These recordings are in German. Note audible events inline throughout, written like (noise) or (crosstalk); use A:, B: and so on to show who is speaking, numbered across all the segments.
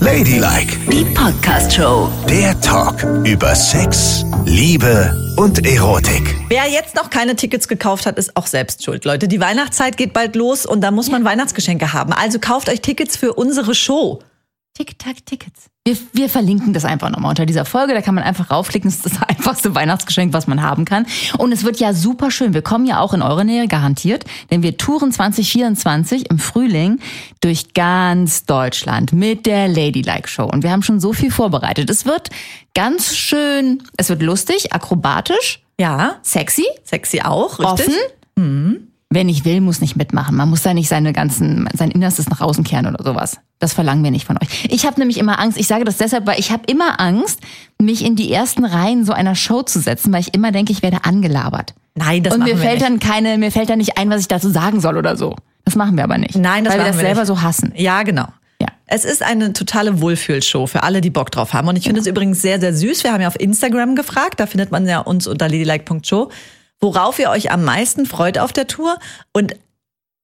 A: Ladylike,
B: Die Podcast-Show.
A: der Talk über Sex, Liebe und Erotik.
C: Wer jetzt noch keine Tickets gekauft hat, ist auch selbst schuld, Leute. Die Weihnachtszeit geht bald los und da muss man Weihnachtsgeschenke haben. Also kauft euch Tickets für unsere Show.
D: Tic-Tac-Tickets. Wir, wir verlinken das einfach nochmal unter dieser Folge. Da kann man einfach raufklicken. Das (laughs) ist das einfachste Weihnachtsgeschenk, was man haben kann. Und es wird ja super schön. Wir kommen ja auch in eure Nähe, garantiert. Denn wir touren 2024 im Frühling durch ganz Deutschland mit der Ladylike Show. Und wir haben schon so viel vorbereitet. Es wird ganz schön, es wird lustig, akrobatisch,
C: Ja,
D: sexy,
C: sexy auch,
D: offen.
C: richtig?
D: Mhm. Wer nicht will, muss nicht mitmachen. Man muss da nicht seine ganzen, sein Innerstes nach außen kehren oder sowas. Das verlangen wir nicht von euch. Ich habe nämlich immer Angst, ich sage das deshalb, weil ich habe immer Angst, mich in die ersten Reihen so einer Show zu setzen, weil ich immer denke, ich werde angelabert.
C: Nein, das
D: Und
C: machen
D: mir
C: wir
D: fällt
C: nicht.
D: dann keine, mir fällt dann nicht ein, was ich dazu sagen soll oder so. Das machen wir aber nicht.
C: Nein, das
D: Weil wir
C: machen
D: das
C: wir
D: selber
C: nicht.
D: so hassen.
C: Ja, genau.
D: Ja.
C: Es ist eine totale Wohlfühlshow für alle, die Bock drauf haben. Und ich finde es übrigens sehr, sehr süß. Wir haben ja auf Instagram gefragt, da findet man ja uns unter ladylike.show, worauf ihr euch am meisten freut auf der Tour. Und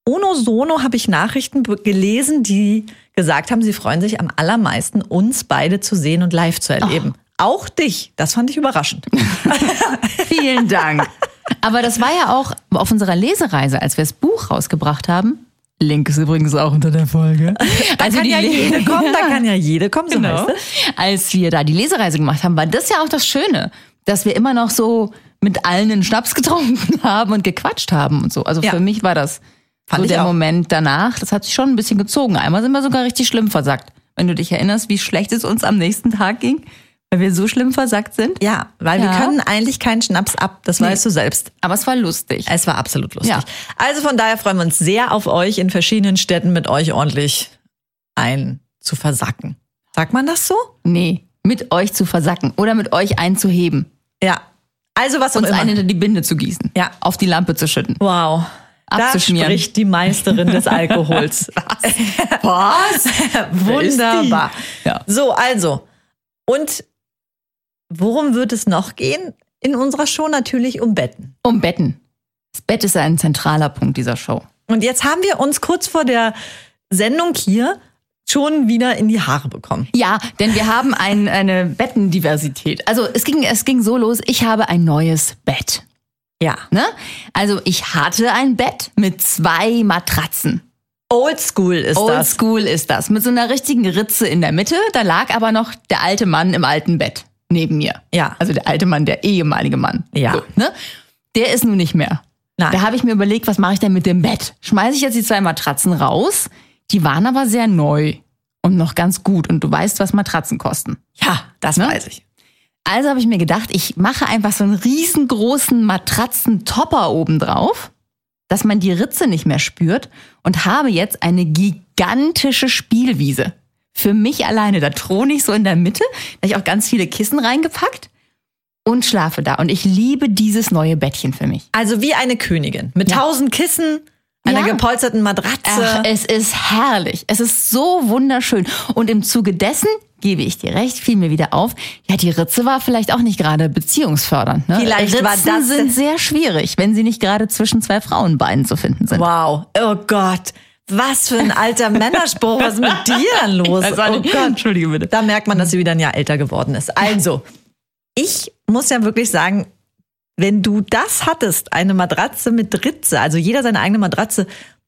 C: Ono Sono habe ich Nachrichten be- gelesen, die gesagt haben, sie freuen sich am allermeisten, uns beide zu sehen und live zu erleben. Auch dich. Das fand ich überraschend.
D: Vielen Dank. (laughs) Aber das war ja auch auf unserer Lesereise, als wir das Buch rausgebracht haben. Link ist übrigens auch unter der Folge. Also Da
C: kann ja jede
D: (laughs)
C: kommen, da kann ja jede kommen, so genau. heißt es.
D: Als wir da die Lesereise gemacht haben, war das ja auch das Schöne, dass wir immer noch so mit allen einen Schnaps (laughs) getrunken haben und gequatscht haben und so. Also
C: Ja.
D: für mich war das
C: Fand
D: so
C: ich
D: der
C: auch.
D: Moment danach. Das hat sich schon ein bisschen gezogen. Einmal sind wir sogar richtig schlimm versagt. Wenn du dich erinnerst, wie schlecht es uns am nächsten Tag ging, weil wir so schlimm versagt sind.
C: Ja, weil wir
D: Ja.
C: können eigentlich keinen Schnaps ab, das weißt du selbst.
D: Aber es war lustig. Äh,
C: Es war absolut lustig.
D: Ja.
C: Also von daher freuen wir uns sehr auf euch in verschiedenen Städten mit euch ordentlich ein zu versacken. Sagt man das so?
D: Nee, mit euch zu versacken oder mit euch einzuheben.
C: Ja. Also was auch
D: Uns
C: immer.
D: einen hinter die Binde zu gießen.
C: Ja.
D: Auf die Lampe zu schütten.
C: wow. Da
D: abzuschmieren.
C: spricht die
D: (laughs)
C: Meisterin des Alkohols.
D: Was?
C: Wunderbar.
D: Ja.
C: So, also. Und worum wird es noch gehen? In unserer Show natürlich um Betten.
D: Um Betten. Das Bett ist ein zentraler Punkt dieser Show.
C: Und jetzt haben wir uns kurz vor der Sendung hier schon wieder in die Haare bekommen.
D: Ja, denn wir haben ein, eine Bettendiversität. Also es ging, es ging so los, ich habe ein neues Bett.
C: Ja.
D: Ne? Also ich hatte ein Bett mit zwei Matratzen.
C: Oldschool ist das.
D: Oldschool ist das. Mit so einer richtigen Ritze in der Mitte. Da lag aber noch der alte Mann im alten Bett neben mir.
C: Ja.
D: Also der alte Mann, der ehemalige Mann.
C: Ja.
D: So, ne? Der ist nun nicht mehr.
C: Nein.
D: Da habe ich mir überlegt, was mache ich denn mit dem Bett? Schmeiße ich jetzt die zwei Matratzen raus? Die waren aber sehr neu und noch ganz gut. Und du weißt, was Matratzen kosten.
C: Ja, das
D: Ne?
C: weiß ich.
D: Also habe ich mir gedacht, ich mache einfach so einen riesengroßen Matratzentopper obendrauf, dass man die Ritze nicht mehr spürt und habe jetzt eine gigantische Spielwiese. Für mich alleine. Da throne ich so in der Mitte. Da habe ich auch ganz viele Kissen reingepackt und schlafe da. Und ich liebe dieses neue Bettchen für mich.
C: Also wie eine Königin mit
D: Ja.
C: tausend Kissen, einer
D: Ja.
C: gepolsterten
D: Ach,
C: Matratze.
D: es ist herrlich. Es ist so wunderschön. Und im Zuge dessen gebe ich dir recht, fiel mir wieder auf. Ja, die Ritze war vielleicht auch nicht gerade beziehungsfördernd. Ne?
C: Vielleicht
D: Ritzen
C: war das-
D: sind sehr schwierig, wenn sie nicht gerade zwischen zwei Frauenbeinen zu finden sind.
C: wow. Oh Gott. Was für ein
D: (laughs)
C: alter Männerspruch. Was ist mit dir denn los?
D: Das war
C: Oh
D: nicht-
C: Gott.
D: Entschuldige bitte.
C: Da merkt man, dass sie wieder ein Jahr älter geworden ist. Also, ich muss ja wirklich sagen, wenn du das hattest, eine Matratze mit Ritze, also jeder seine eigene Matratze,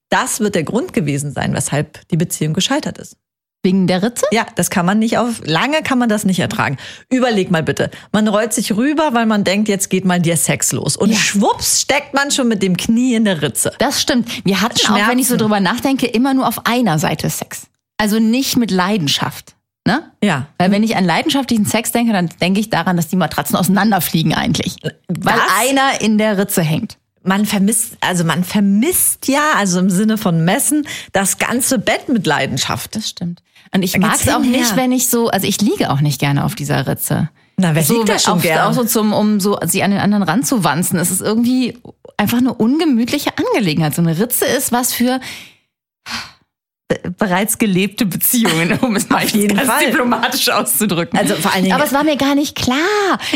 C: das wird der Grund gewesen sein, weshalb die Beziehung gescheitert ist.
D: Wegen der Ritze?
C: Ja, das kann man nicht auf, lange kann man das nicht ertragen. Überleg mal bitte. Man rollt sich rüber, weil man denkt, jetzt geht mal der Sex los. Und
D: Ja.
C: schwupps steckt man schon mit dem Knie in der Ritze.
D: Das stimmt. Wir hatten auch, wenn ich so
C: Schmerzen.
D: drüber nachdenke, immer nur auf einer Seite Sex. Also nicht mit Leidenschaft. Ne?
C: Ja.
D: Weil wenn ich an leidenschaftlichen Sex denke, dann denke ich daran, dass die Matratzen auseinanderfliegen eigentlich. Weil
C: Das-
D: einer in der Ritze hängt.
C: Man vermisst, also man vermisst ja, also im Sinne von messen, das ganze Bett mit Leidenschaft.
D: Das stimmt. Und ich
C: Da
D: mag
C: geht's
D: es auch
C: hin,
D: nicht,
C: ja.
D: wenn ich so, also ich liege auch nicht gerne auf dieser Ritze.
C: Na, wer
D: so,
C: liegt da schon
D: auch,
C: gern?
D: auch so zum, um so sie an den anderen ranzuwanzen. Es ist irgendwie einfach eine ungemütliche Angelegenheit. So eine Ritze ist was für be- bereits gelebte (laughs) Beziehungen, um es mal
C: jeden
D: ganz
C: Fall.
D: diplomatisch auszudrücken.
C: Also vor allen Dingen-
D: Aber es war mir gar nicht klar.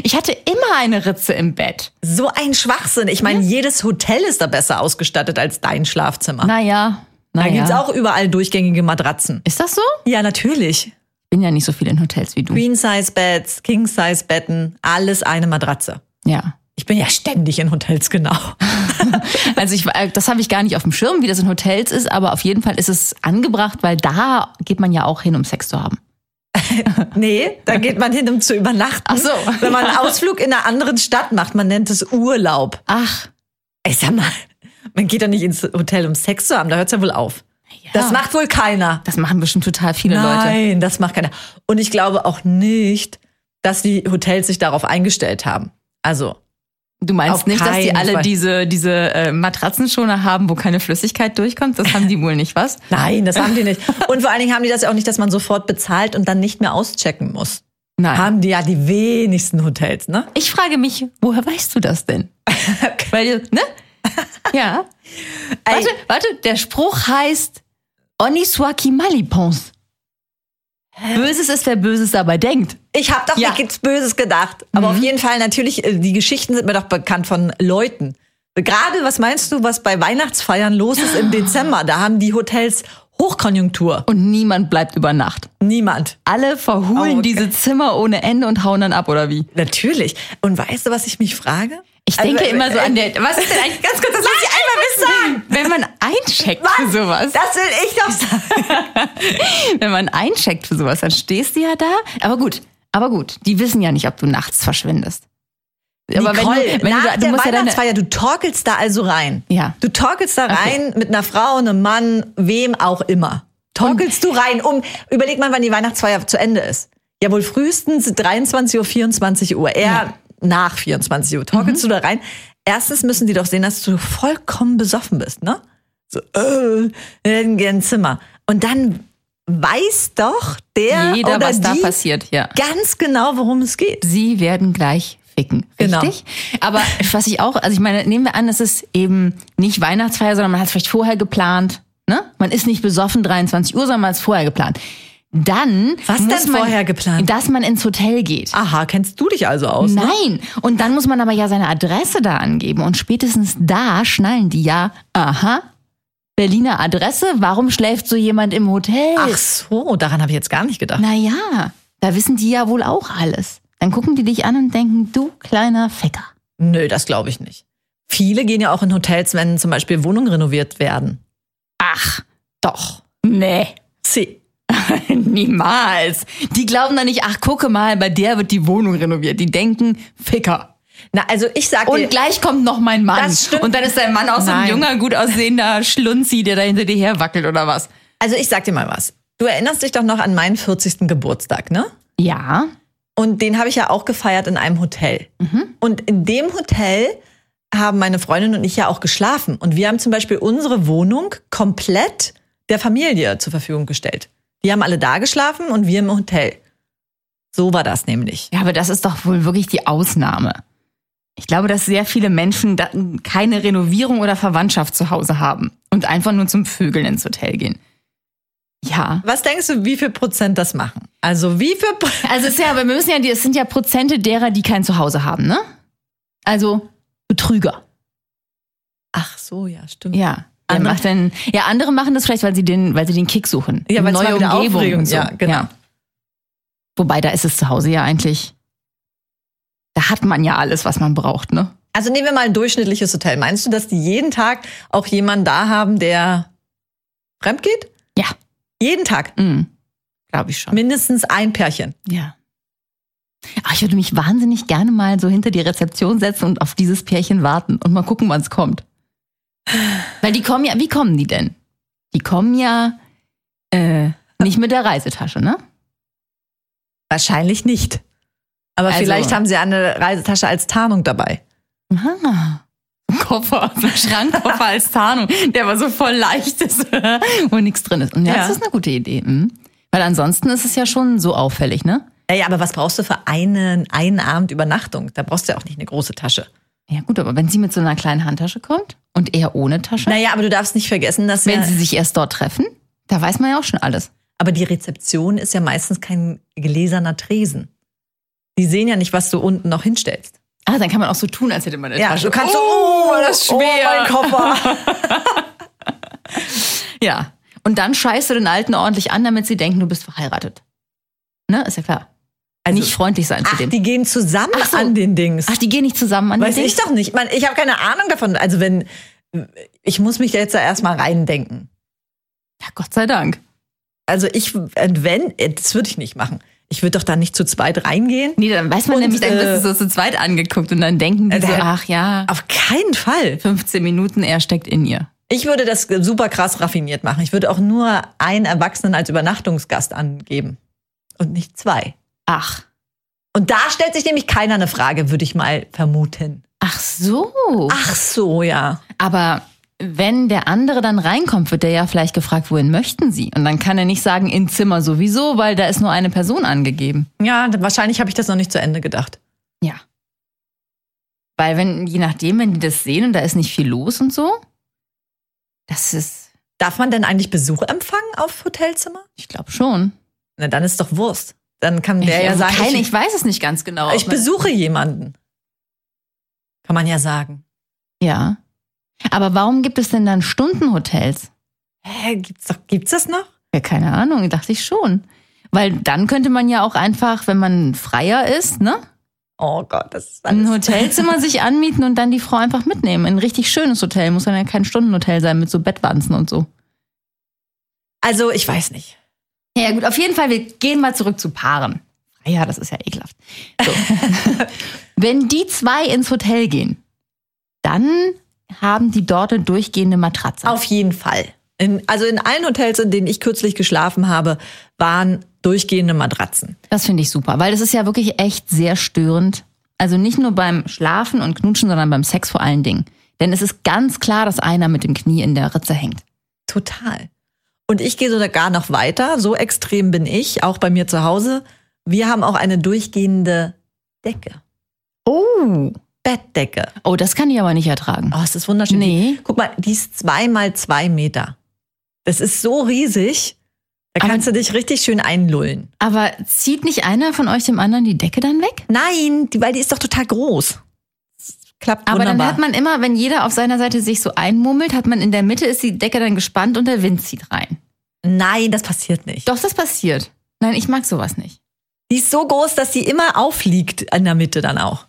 D: Ich hatte immer eine Ritze im Bett.
C: So ein Schwachsinn. Ich meine, jedes Hotel ist da besser ausgestattet als dein Schlafzimmer.
D: Naja, naja.
C: da gibt's auch überall durchgängige Matratzen.
D: Ist das so?
C: Ja, natürlich.
D: bin ja nicht so viel in Hotels wie du.
C: Queen-Size-Beds, King-Size-Betten, alles eine Matratze.
D: Ja.
C: Ich bin ja ständig in Hotels, genau.
D: Also ich, äh, das habe ich gar nicht auf dem Schirm, wie das in Hotels ist, aber auf jeden Fall ist es angebracht, weil da geht man ja auch hin, um Sex zu haben.
C: Nee, da geht man hin, um zu übernachten.
D: Ach so.
C: Wenn man einen Ausflug in einer anderen Stadt macht, man nennt es Urlaub.
D: Ach,
C: Ey, sag mal, man geht doch nicht ins Hotel, um Sex zu haben, da hört's ja wohl auf. Das macht wohl keiner.
D: das machen bestimmt total viele Leute.
C: Nein, das macht keiner. Und ich glaube auch nicht, dass die Hotels sich darauf eingestellt haben. Also,
D: Du meinst
C: Auf
D: nicht, dass die
C: keinen
D: alle
C: Fall.
D: diese, diese äh, Matratzenschoner haben, wo keine Flüssigkeit durchkommt? Das haben die wohl nicht, was?
C: nein, das haben die (laughs) nicht. Und vor allen Dingen haben die das ja auch nicht, dass man sofort bezahlt und dann nicht mehr auschecken muss.
D: Nein.
C: Haben die ja die wenigsten Hotels, ne?
D: Ich frage mich, woher weißt du das denn? (laughs) Weil, (laughs) ne? Ja. Warte, warte, der Spruch heißt Oniswaki Malipons. Böses ist, wer Böses dabei denkt.
C: Ich habe doch
D: Ja. Mhm.
C: nichts Böses gedacht. Aber auf jeden Fall natürlich, äh, die Geschichten sind mir doch bekannt von Leuten. Gerade, was meinst du, was bei Weihnachtsfeiern los ist
D: (gasps)
C: im Dezember? Da haben die Hotels Hochkonjunktur.
D: Und niemand bleibt über Nacht.
C: Niemand.
D: Alle verhuhlen
C: Oh, okay.
D: diese Zimmer ohne Ende und hauen dann ab, oder wie?
C: Natürlich. Und weißt du, was ich mich frage?
D: Ich denke
C: Also,
D: immer so
C: äh,
D: an der. Was ist denn eigentlich ganz kurz? Das muss ich einmal wissen. Wenn man eincheckt für (laughs) sowas,
C: Das will ich doch sagen.
D: wenn man eincheckt für sowas, dann stehst du ja da. Aber gut, aber gut, die wissen ja nicht, ob du nachts verschwindest. Aber wenn
C: Nicole,
D: du, wenn
C: nach
D: du, da- du
C: der
D: musst ja deine,
C: Weihnachtsfeier, du torkelst da also rein.
D: Ja.
C: Du torkelst da rein mit einer Frau, einem Mann, wem auch immer. Torkelst du rein um. Überleg mal, wann die Weihnachtsfeier zu Ende ist. Ja, wohl frühestens 23 Uhr, 24 Uhr. Eher nach 24 Uhr. Torkelst
D: Mhm.
C: du da rein? Erstens müssen die doch sehen, dass du vollkommen besoffen bist, ne? So, äh, dann geh ins Zimmer. Und dann weiß doch der
D: jeder,
C: oder
D: was
C: die
D: da passiert, ja.
C: ganz genau, worum es geht.
D: Sie werden gleich ficken.
C: Genau.
D: Richtig? Aber was ich auch, also ich meine, nehmen wir an, es ist eben nicht Weihnachtsfeier, sondern man hat es vielleicht vorher geplant. Ne? Man ist nicht besoffen 23 Uhr, sondern man hat es vorher geplant. Dann.
C: Was
D: muss
C: denn
D: man,
C: vorher geplant?
D: Dass man ins Hotel geht.
C: Aha, kennst du dich also aus? Ne?
D: Nein. Und dann muss man aber ja seine Adresse da angeben. Und spätestens da schnallen die ja, aha, Berliner Adresse, warum schläft so jemand im Hotel?
C: Ach so, daran habe ich jetzt gar nicht gedacht.
D: Naja, da wissen die ja wohl auch alles. Dann gucken die dich an und denken, du kleiner Ficker.
C: Nö, das glaube ich nicht. Viele gehen ja auch in Hotels, wenn zum Beispiel Wohnungen renoviert werden.
D: Ach, doch. Nee, (laughs)
C: Sie.
D: niemals. Die glauben dann nicht, ach, gucke mal, bei der wird die Wohnung renoviert. Die denken, Ficker.
C: Na, also ich sage
D: Und gleich kommt noch mein Mann.
C: Das stimmt.
D: Und dann ist dein Mann auch so ein
C: Nein.
D: junger, gut aussehender Schlunzi, der da hinter dir her wackelt oder was.
C: also ich sag dir mal was. Du erinnerst dich doch noch an meinen 40. Geburtstag, ne?
D: Ja.
C: Und den habe ich ja auch gefeiert in einem Hotel.
D: Mhm.
C: Und in dem Hotel haben meine Freundin und ich ja auch geschlafen. Und wir haben zum Beispiel unsere Wohnung komplett der Familie zur Verfügung gestellt. Die haben alle da geschlafen und wir im Hotel. So war das nämlich.
D: Ja, aber das ist doch wohl wirklich die Ausnahme. Ich glaube, dass sehr viele Menschen da keine Renovierung oder Verwandtschaft zu Hause haben und einfach nur zum Vögeln ins Hotel gehen. Ja.
C: Was denkst du, wie viel Prozent das machen? Also wie viel Pro (laughs)
D: Also es ist ja, aber wir müssen ja, die- es sind ja Prozente derer, die kein Zuhause haben, ne? Also Betrüger.
C: Ach so, ja, stimmt.
D: Ja. Wer
C: Andere-
D: macht denn, ja, andere machen das vielleicht, weil sie den, weil sie den Kick suchen.
C: Ja,
D: Eine
C: weil's mal wieder Aufregung-
D: und so.
C: ja, genau.
D: Wobei, da ist es zu Hause ja eigentlich. Da hat man ja alles, was man braucht, ne?
C: Also nehmen wir mal ein durchschnittliches Hotel. Meinst du, dass die jeden Tag auch jemanden da haben, der fremd geht?
D: Ja.
C: Jeden Tag.
D: Mhm. Glaube ich schon.
C: Mindestens ein Pärchen.
D: Ja. Ach, ich würde mich wahnsinnig gerne mal so hinter die Rezeption setzen und auf dieses Pärchen warten und mal gucken, wann es kommt. Weil die kommen ja, wie kommen die denn? Die kommen ja äh, nicht mit der Reisetasche, ne?
C: Wahrscheinlich nicht. Aber
D: Also-
C: vielleicht haben sie eine Reisetasche als Tarnung dabei.
D: Ah. Ein Koffer, ein Schrankkoffer als Tarnung, der aber so voll leicht ist, (laughs) wo nichts drin ist. Und ja,
C: Ja.
D: das ist eine gute Idee. mhm. Weil ansonsten ist es ja schon so auffällig, ne?
C: Naja, aber was brauchst du für einen, einen Abend Übernachtung? Da brauchst du ja auch nicht eine große Tasche.
D: Ja gut, aber wenn sie mit so einer kleinen Handtasche kommt und er ohne Tasche,
C: Naja, aber du darfst nicht vergessen, dass
D: wenn
C: ja,
D: sie sich erst dort treffen, da weiß man ja auch schon alles.
C: aber die Rezeption ist ja meistens kein gläserner Tresen. Die sehen ja nicht, was du unten noch hinstellst.
D: Ah, dann kann man auch so tun, als hätte man eine
C: Ja,
D: Tasche.
C: du kannst so, oh,
D: das ist schwer.
C: Oh, mein Koffer.
D: Ja. Und dann scheißt du den Alten ordentlich an, damit sie denken, du bist verheiratet. Ne, ist ja klar. nicht freundlich sein zu
C: (laughs) Also Ach,
D: dem.
C: die gehen zusammen
D: Ach so.
C: an den Dings.
D: Ach, die gehen nicht zusammen an
C: Weiß
D: den
C: ich doch nicht. Man, ich habe keine Ahnung davon. Also wenn ich muss mich da jetzt da erstmal reindenken.
D: Ja, Gott sei Dank.
C: Also ich und wenn, äh, das würde ich nicht machen. Ich würde doch da nicht zu zweit reingehen.
D: Nee, dann weiß man
C: Und,
D: nämlich, dann
C: äh,
D: wirst du so zu zweit angeguckt und dann denken die
C: Äh,
D: so,
C: der-
D: ach ja,
C: Auf keinen Fall.
D: 15 Minuten, er steckt in ihr.
C: Ich würde das super krass raffiniert machen. Ich würde auch nur einen Erwachsenen als Übernachtungsgast angeben und nicht zwei.
D: Ach.
C: Und da stellt sich nämlich keiner eine Frage, würde ich mal vermuten.
D: Ach so.
C: Ach so, ja.
D: Aber wenn der andere dann reinkommt, wird der ja vielleicht gefragt, wohin möchten Sie? Und dann kann er nicht sagen, in Zimmer sowieso, weil da ist nur eine Person angegeben.
C: Ja, wahrscheinlich habe ich das noch nicht zu Ende gedacht.
D: Ja. Weil wenn, je nachdem, wenn die das sehen und da ist nicht viel los und so, das ist,
C: Darf man denn eigentlich Besuch empfangen auf Hotelzimmer?
D: ich glaube schon.
C: Na, dann ist doch Wurst. Dann kann der
D: ich,
C: ja
D: also
C: sagen,
D: keine, ich,
C: ich,
D: weiß es nicht ganz genau.
C: ich
D: ob man-
C: besuche jemanden. Kann man ja sagen.
D: Ja. Aber warum gibt es denn dann Stundenhotels?
C: Hä, gibt's, doch, gibt's das noch?
D: Ja, keine Ahnung, dachte ich schon. Weil dann könnte man ja auch einfach, wenn man freier ist, ne,
C: Oh Gott, das ist alles.
D: ein (laughs) Hotelzimmer sich anmieten und dann die Frau einfach mitnehmen. Ein richtig schönes Hotel, muss dann ja kein Stundenhotel sein mit so Bettwanzen und so.
C: Also, ich weiß nicht.
D: Ja, gut, auf jeden Fall, wir gehen mal zurück zu Paaren. Ah Ja, das ist ja ekelhaft. So. (laughs) Wenn die zwei ins Hotel gehen, dann haben die dort eine durchgehende Matratze.
C: Auf jeden Fall. In, also in allen Hotels, in denen ich kürzlich geschlafen habe, waren durchgehende Matratzen.
D: Das finde ich super, weil das ist ja wirklich echt sehr störend. Also nicht nur beim Schlafen und Knutschen, sondern beim Sex vor allen Dingen. Denn es ist ganz klar, dass einer mit dem Knie in der Ritze hängt.
C: Total. Und ich gehe sogar gar noch weiter. So extrem bin ich, auch bei mir zu Hause. Wir haben auch eine durchgehende Decke.
D: Oh.
C: Bettdecke.
D: Oh, das kann ich aber nicht ertragen.
C: Oh, es ist wunderschön.
D: Nee.
C: Die, guck mal, die ist zwei mal zwei Meter. Das ist so riesig. Da
D: Aber-
C: kannst du dich richtig schön einlullen.
D: Aber zieht nicht einer von euch dem anderen die Decke dann weg?
C: Nein, die, weil die ist doch total groß. Das klappt
D: Aber
C: wunderbar.
D: dann hat man immer, wenn jeder auf seiner Seite sich so einmummelt, hat man in der Mitte ist die Decke dann gespannt und der Wind zieht rein.
C: Nein, das passiert nicht.
D: Doch, das passiert. Nein, ich mag sowas nicht.
C: Die ist so groß, dass sie immer aufliegt in der Mitte dann auch.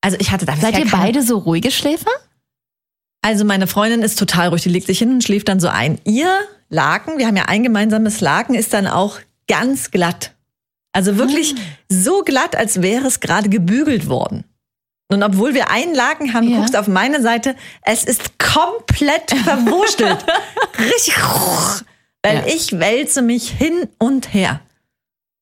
C: Also ich hatte da
D: Seid
C: bisher
D: ihr
C: keine-
D: beide so ruhige Schläfer?
C: Also meine Freundin ist total ruhig, die legt sich hin und schläft dann so ein. Ihr Laken, wir haben ja ein gemeinsames Laken, ist dann auch ganz glatt.
D: Ah.
C: Also wirklich so glatt, als wäre es gerade gebügelt worden. Und obwohl wir einen Laken haben,
D: Ja.
C: guckst auf meine Seite, es ist komplett
D: (laughs)
C: verwurstelt. Richtig. Weil
D: Ja.
C: ich wälze mich hin und her.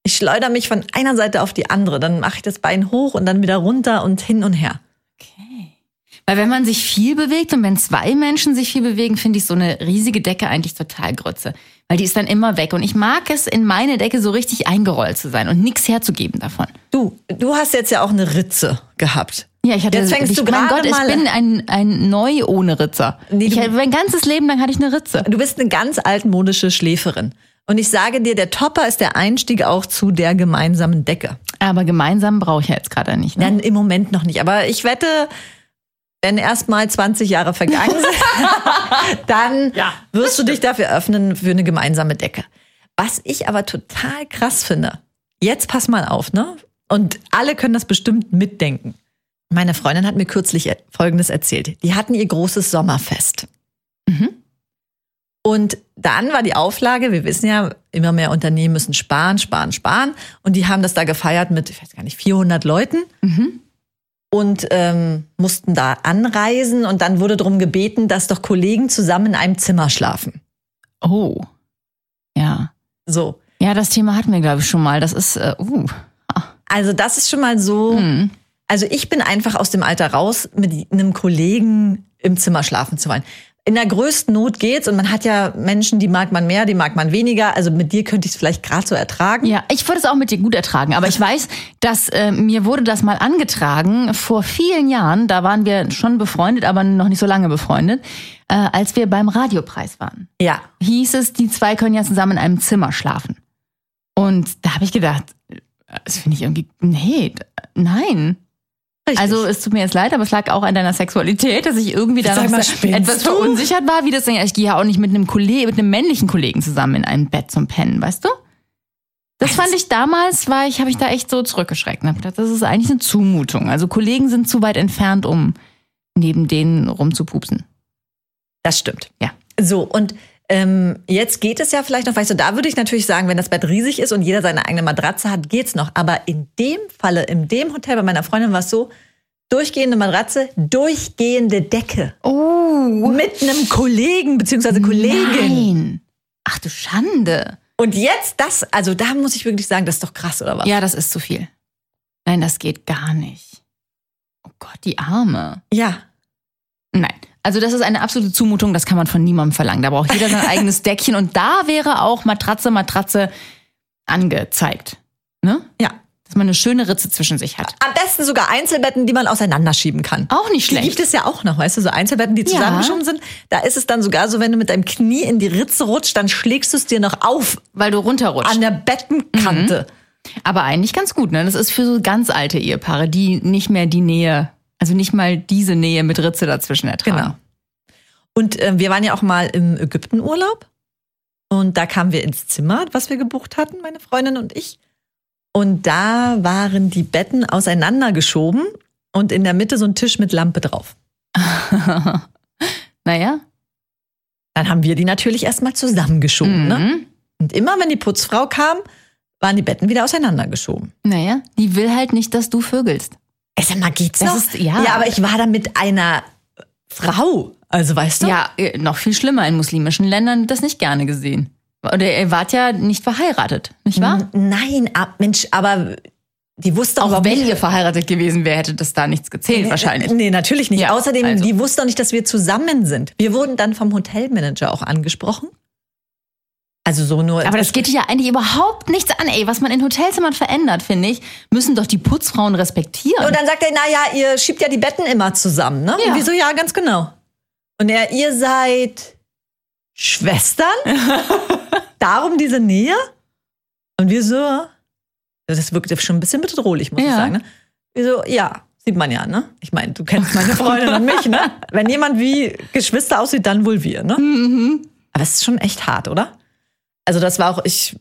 C: Ich schleudere mich von einer Seite auf die andere. Dann mache ich das Bein hoch und dann wieder runter und hin und her.
D: Okay. Weil wenn man sich viel bewegt und wenn zwei Menschen sich viel bewegen, finde ich so eine riesige Decke eigentlich total grütze. Weil die ist dann immer weg. Und ich mag es, in meine Decke so richtig eingerollt zu sein und nichts herzugeben davon.
C: Du, du hast jetzt ja auch eine Ritze gehabt.
D: Ja, ich hatte
C: Jetzt fängst
D: ich,
C: du
D: mein
C: gerade
D: Gott,
C: mal-
D: ich bin ein, ein Neu ohne Ritzer.
C: Nee,
D: ich,
C: du-
D: hatte- mein ganzes Leben lang hatte ich eine Ritze.
C: Du bist eine ganz altmodische Schläferin. Und ich sage dir, der Topper ist der Einstieg auch zu der gemeinsamen Decke.
D: Aber gemeinsam brauche ich ja jetzt gerade nicht. Ne?
C: Dann im Moment noch nicht. Aber ich wette, wenn erst mal 20 Jahre vergangen sind,
D: (laughs)
C: dann wirst du dich dafür öffnen für eine gemeinsame Decke. Was ich aber total krass finde, jetzt pass mal auf, ne? Und alle können das bestimmt mitdenken. Meine Freundin hat mir kürzlich Folgendes erzählt. Die hatten ihr großes Sommerfest.
D: Mhm.
C: Und dann war die Auflage, wir wissen ja, immer mehr Unternehmen müssen sparen, sparen, sparen. Und die haben das da gefeiert mit, ich weiß gar nicht, 400 Leuten und ähm, mussten da anreisen. Und dann wurde darum gebeten, dass doch Kollegen zusammen in einem Zimmer schlafen.
D: Oh. Ja.
C: So.
D: Ja, das Thema hatten wir, glaube ich, schon mal. Das ist, äh, uh.
C: Also das ist schon mal so.
D: Hm.
C: Also ich bin einfach aus dem Alter raus, mit einem Kollegen im Zimmer schlafen zu wollen. In der größten Not geht's und man hat ja Menschen, die mag man mehr, die mag man weniger. Also mit dir könnte ich es vielleicht gerade so ertragen.
D: Ja, ich würde es auch mit dir gut ertragen, aber ich weiß, dass äh, mir wurde das mal angetragen vor vielen Jahren, da waren wir schon befreundet, aber noch nicht so lange befreundet, äh, als wir beim Radiopreis waren.
C: ja.
D: Hieß es, die zwei können ja zusammen in einem Zimmer schlafen. Und da habe ich gedacht, äh, das finde ich irgendwie, nee, d- nein.
C: Richtig.
D: Also es tut mir jetzt leid, aber es lag auch an deiner Sexualität, dass ich irgendwie da
C: Sag
D: noch
C: mal,
D: so
C: spinnst
D: etwas
C: du?
D: verunsichert war, wie das denn, ich gehe ja auch nicht mit einem Kollegen, mit einem männlichen Kollegen zusammen in einem Bett zum Pennen, weißt du? Das fand ich damals, war ich, habe ich da echt so zurückgeschreckt. Und hab gedacht, das ist eigentlich eine Zumutung. Also Kollegen sind zu weit entfernt, um neben denen rumzupupsen.
C: Das stimmt.
D: Ja.
C: So, und ähm, jetzt geht es ja vielleicht noch, weißt du, da würde ich natürlich sagen, wenn das Bett riesig ist und jeder seine eigene Matratze hat, geht's noch. Aber in dem Falle, in dem Hotel bei meiner Freundin war es so, durchgehende Matratze, durchgehende Decke.
D: Oh.
C: Mit einem Kollegen bzw. Kollegin.
D: Nein. Ach du Schande.
C: Und jetzt das, also da muss ich wirklich sagen, das ist doch krass, oder was?
D: Ja, das ist zu viel. Nein, das geht gar nicht. Oh Gott, die Arme.
C: ja.
D: Nein. Also das ist eine absolute Zumutung, das kann man von niemandem verlangen. Da braucht jeder
C: (laughs)
D: sein eigenes Deckchen und da wäre auch Matratze, Matratze angezeigt. Ne?
C: ja.
D: Dass man eine schöne Ritze zwischen sich hat.
C: Am besten sogar Einzelbetten, die man auseinanderschieben kann.
D: Auch nicht
C: Die gibt
D: schlecht.
C: es ja auch noch, weißt du, so Einzelbetten, die
D: Ja.
C: zusammengeschoben sind. Da ist es dann sogar so, wenn du mit deinem Knie in die Ritze rutscht, dann schlägst du es dir noch auf
D: Weil du runterrutschst.
C: an der Bettenkante.
D: Mhm. Aber eigentlich ganz gut, ne? Das ist für so ganz alte Ehepaare, die nicht mehr die Nähe, also nicht mal diese Nähe mit Ritze dazwischen ertragen.
C: Genau. Und ähm, wir waren ja auch mal im Ägyptenurlaub. Und da kamen wir ins Zimmer, was wir gebucht hatten, meine Freundin und ich. Und da waren die Betten auseinandergeschoben und in der Mitte so ein Tisch mit Lampe drauf.
D: Genau. (laughs) naja.
C: Dann haben wir die natürlich erstmal zusammengeschoben. Ne?
D: Mhm.
C: Und immer wenn die Putzfrau kam, waren die Betten wieder auseinandergeschoben.
D: Naja. Die will halt nicht, dass du vögelst.
C: Ich sag mal, geht's
D: Das
C: noch?
D: ist- ja.
C: aber ich war da mit einer Frau. Also weißt du?
D: Ja, äh, noch viel schlimmer. In muslimischen Ländern wird das nicht gerne gesehen. Oder ihr wart ja nicht verheiratet, nicht wahr?
C: N- Hm, Nein, ab, Mensch, aber die wusste
D: Auch
C: überhaupt
D: wenn
C: nicht-
D: ihr verheiratet gewesen wäre, hätte das da nichts gezählt, wahrscheinlich.
C: Nee, natürlich nicht.
D: Ja,
C: Außerdem,
D: also.
C: die wusste auch nicht, dass wir zusammen sind. Wir wurden dann vom Hotelmanager auch angesprochen. Also so nur.
D: Aber das geht dich ja eigentlich überhaupt nichts an, ey. Was man in Hotelzimmern verändert, finde ich, müssen doch die Putzfrauen respektieren.
C: und dann sagt er, naja, ihr schiebt ja die Betten immer zusammen, ne?
D: Ja.
C: Und wieso? Ja, ganz genau. Und er, ihr seid
D: (laughs)
C: Schwestern? Darum diese Nähe? Und wir so, also das wirkte schon ein bisschen bedrohlich, muss ich
D: Ja.
C: sagen. Ne? Wieso? Ja, sieht man ja, ne? Ich meine, du kennst meine Freundin und
D: (laughs)
C: mich, ne? Wenn jemand wie Geschwister aussieht, dann wohl wir, ne?
D: Mhm.
C: Aber es ist schon echt hart, oder? Also das war auch, ich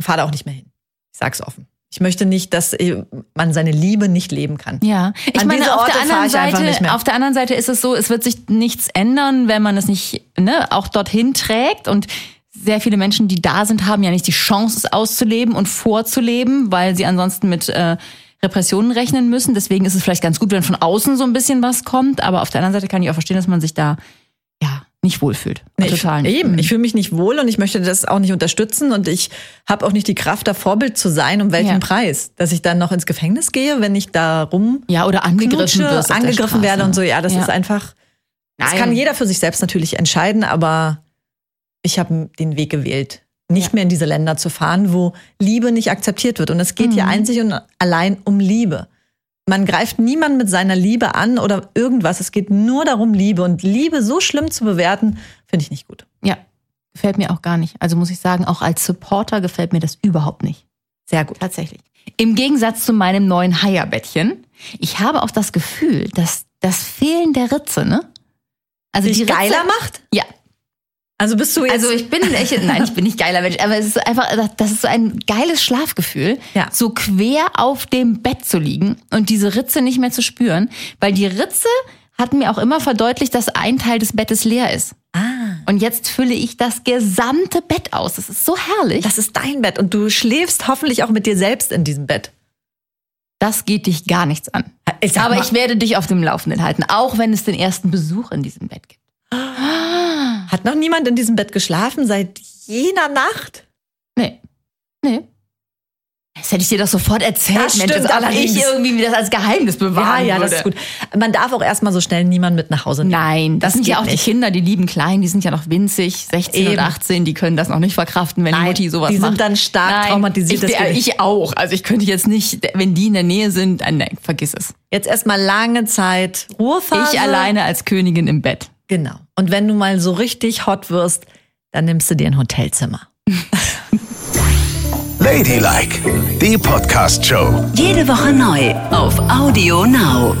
C: fahre da auch nicht mehr hin. Ich sag's offen. Ich möchte nicht, dass äh, man seine Liebe nicht leben kann.
D: Ja, ich
C: An diese
D: meine, auf
C: Orte
D: der,
C: fahr
D: anderen
C: ich einfach nicht
D: Seite,
C: mehr.
D: auf der anderen Seite ist es so, es wird sich nichts ändern, wenn man es nicht ne, auch dorthin trägt. Und sehr viele Menschen, die da sind, haben ja nicht die Chance, es auszuleben und vorzuleben, weil sie ansonsten mit äh, Repressionen rechnen müssen. Deswegen ist es vielleicht ganz gut, wenn von außen so ein bisschen was kommt. Aber auf der anderen Seite kann ich auch verstehen, dass man sich da ja nicht wohlfühlt.
C: Nee,
D: Total Mhm.
C: Ich,
D: nicht.
C: eben, ich fühle mich nicht wohl und ich möchte das auch nicht unterstützen und ich habe auch nicht die Kraft, da Vorbild zu sein, um welchen
D: Ja.
C: Preis. Dass ich dann noch ins Gefängnis gehe, wenn ich da rum
D: ja, oder angegriffen
C: knutsche,
D: wirst auf der
C: angegriffen
D: Straße.
C: werde und so. Ja, das
D: Ja.
C: ist einfach, das
D: Nein.
C: kann jeder für sich selbst natürlich entscheiden, aber ich habe den Weg gewählt, nicht mehr in diese Länder zu fahren, wo Liebe nicht akzeptiert wird. Und es geht
D: Mhm.
C: hier einzig und allein um Liebe. Man greift niemanden mit seiner Liebe an oder irgendwas. Es geht nur darum, Liebe. Und Liebe so schlimm zu bewerten, finde ich nicht gut.
D: Ja, gefällt mir auch gar nicht. Also muss ich sagen, auch als Supporter gefällt mir das überhaupt nicht.
C: Sehr gut.
D: Tatsächlich. Im Gegensatz zu meinem neuen Haierbettchen, ich habe auch das Gefühl, dass das Fehlen der Ritze, ne? Also
C: Dich
D: Ritze-
C: geiler macht?
D: Ja,
C: Also bist du jetzt.
D: also
C: (laughs)
D: ich bin ich, nein, ich bin nicht geiler Mensch, aber es ist einfach das ist so ein geiles Schlafgefühl,
C: Ja.
D: so quer auf dem Bett zu liegen und diese Ritze nicht mehr zu spüren, weil die Ritze hat mir auch immer verdeutlicht, dass ein Teil des Bettes leer ist.
C: ah,
D: Und jetzt fülle ich das gesamte Bett aus. Das ist so herrlich.
C: das ist dein Bett und du schläfst hoffentlich auch mit dir selbst in diesem Bett.
D: Das geht dich gar nichts an.
C: Ich sag
D: Aber
C: mal-
D: ich werde dich auf dem Laufenden halten, auch wenn es den ersten Besuch in diesem Bett gibt.
C: Hat noch niemand in diesem Bett geschlafen seit jener Nacht?
D: Nee. Nee. Das hätte ich dir doch sofort erzählt,
C: Das
D: Mensch.
C: stimmt
D: als ob ich
C: allerdings.
D: irgendwie mir das als Geheimnis
C: Ja,
D: bewahren
C: Ah, ja,
D: würde.
C: das ist gut. Man darf auch erstmal so schnell niemanden mit nach Hause nehmen.
D: Nein, das,
C: Das
D: sind ja
C: geht
D: auch
C: nicht.
D: die Kinder, die lieben klein, die sind ja noch winzig, 16
C: Eben.
D: und 18, die können das noch nicht verkraften, wenn die
C: Nein,
D: Mutti sowas
C: die sind
D: macht.
C: dann stark
D: Nein,
C: traumatisiert,
D: Ich,
C: das geht nicht.
D: ich auch. Also ich könnte jetzt nicht, wenn die in der Nähe sind, äh, nein, vergiss es.
C: Jetzt erstmal lange Zeit Ruhephase.
D: Ich alleine als Königin im Bett.
C: Genau. Und wenn du mal so richtig hot wirst, dann nimmst du dir ein Hotelzimmer.
A: Ladylike, die Podcast-Show.
B: Jede Woche neu auf Audio Now.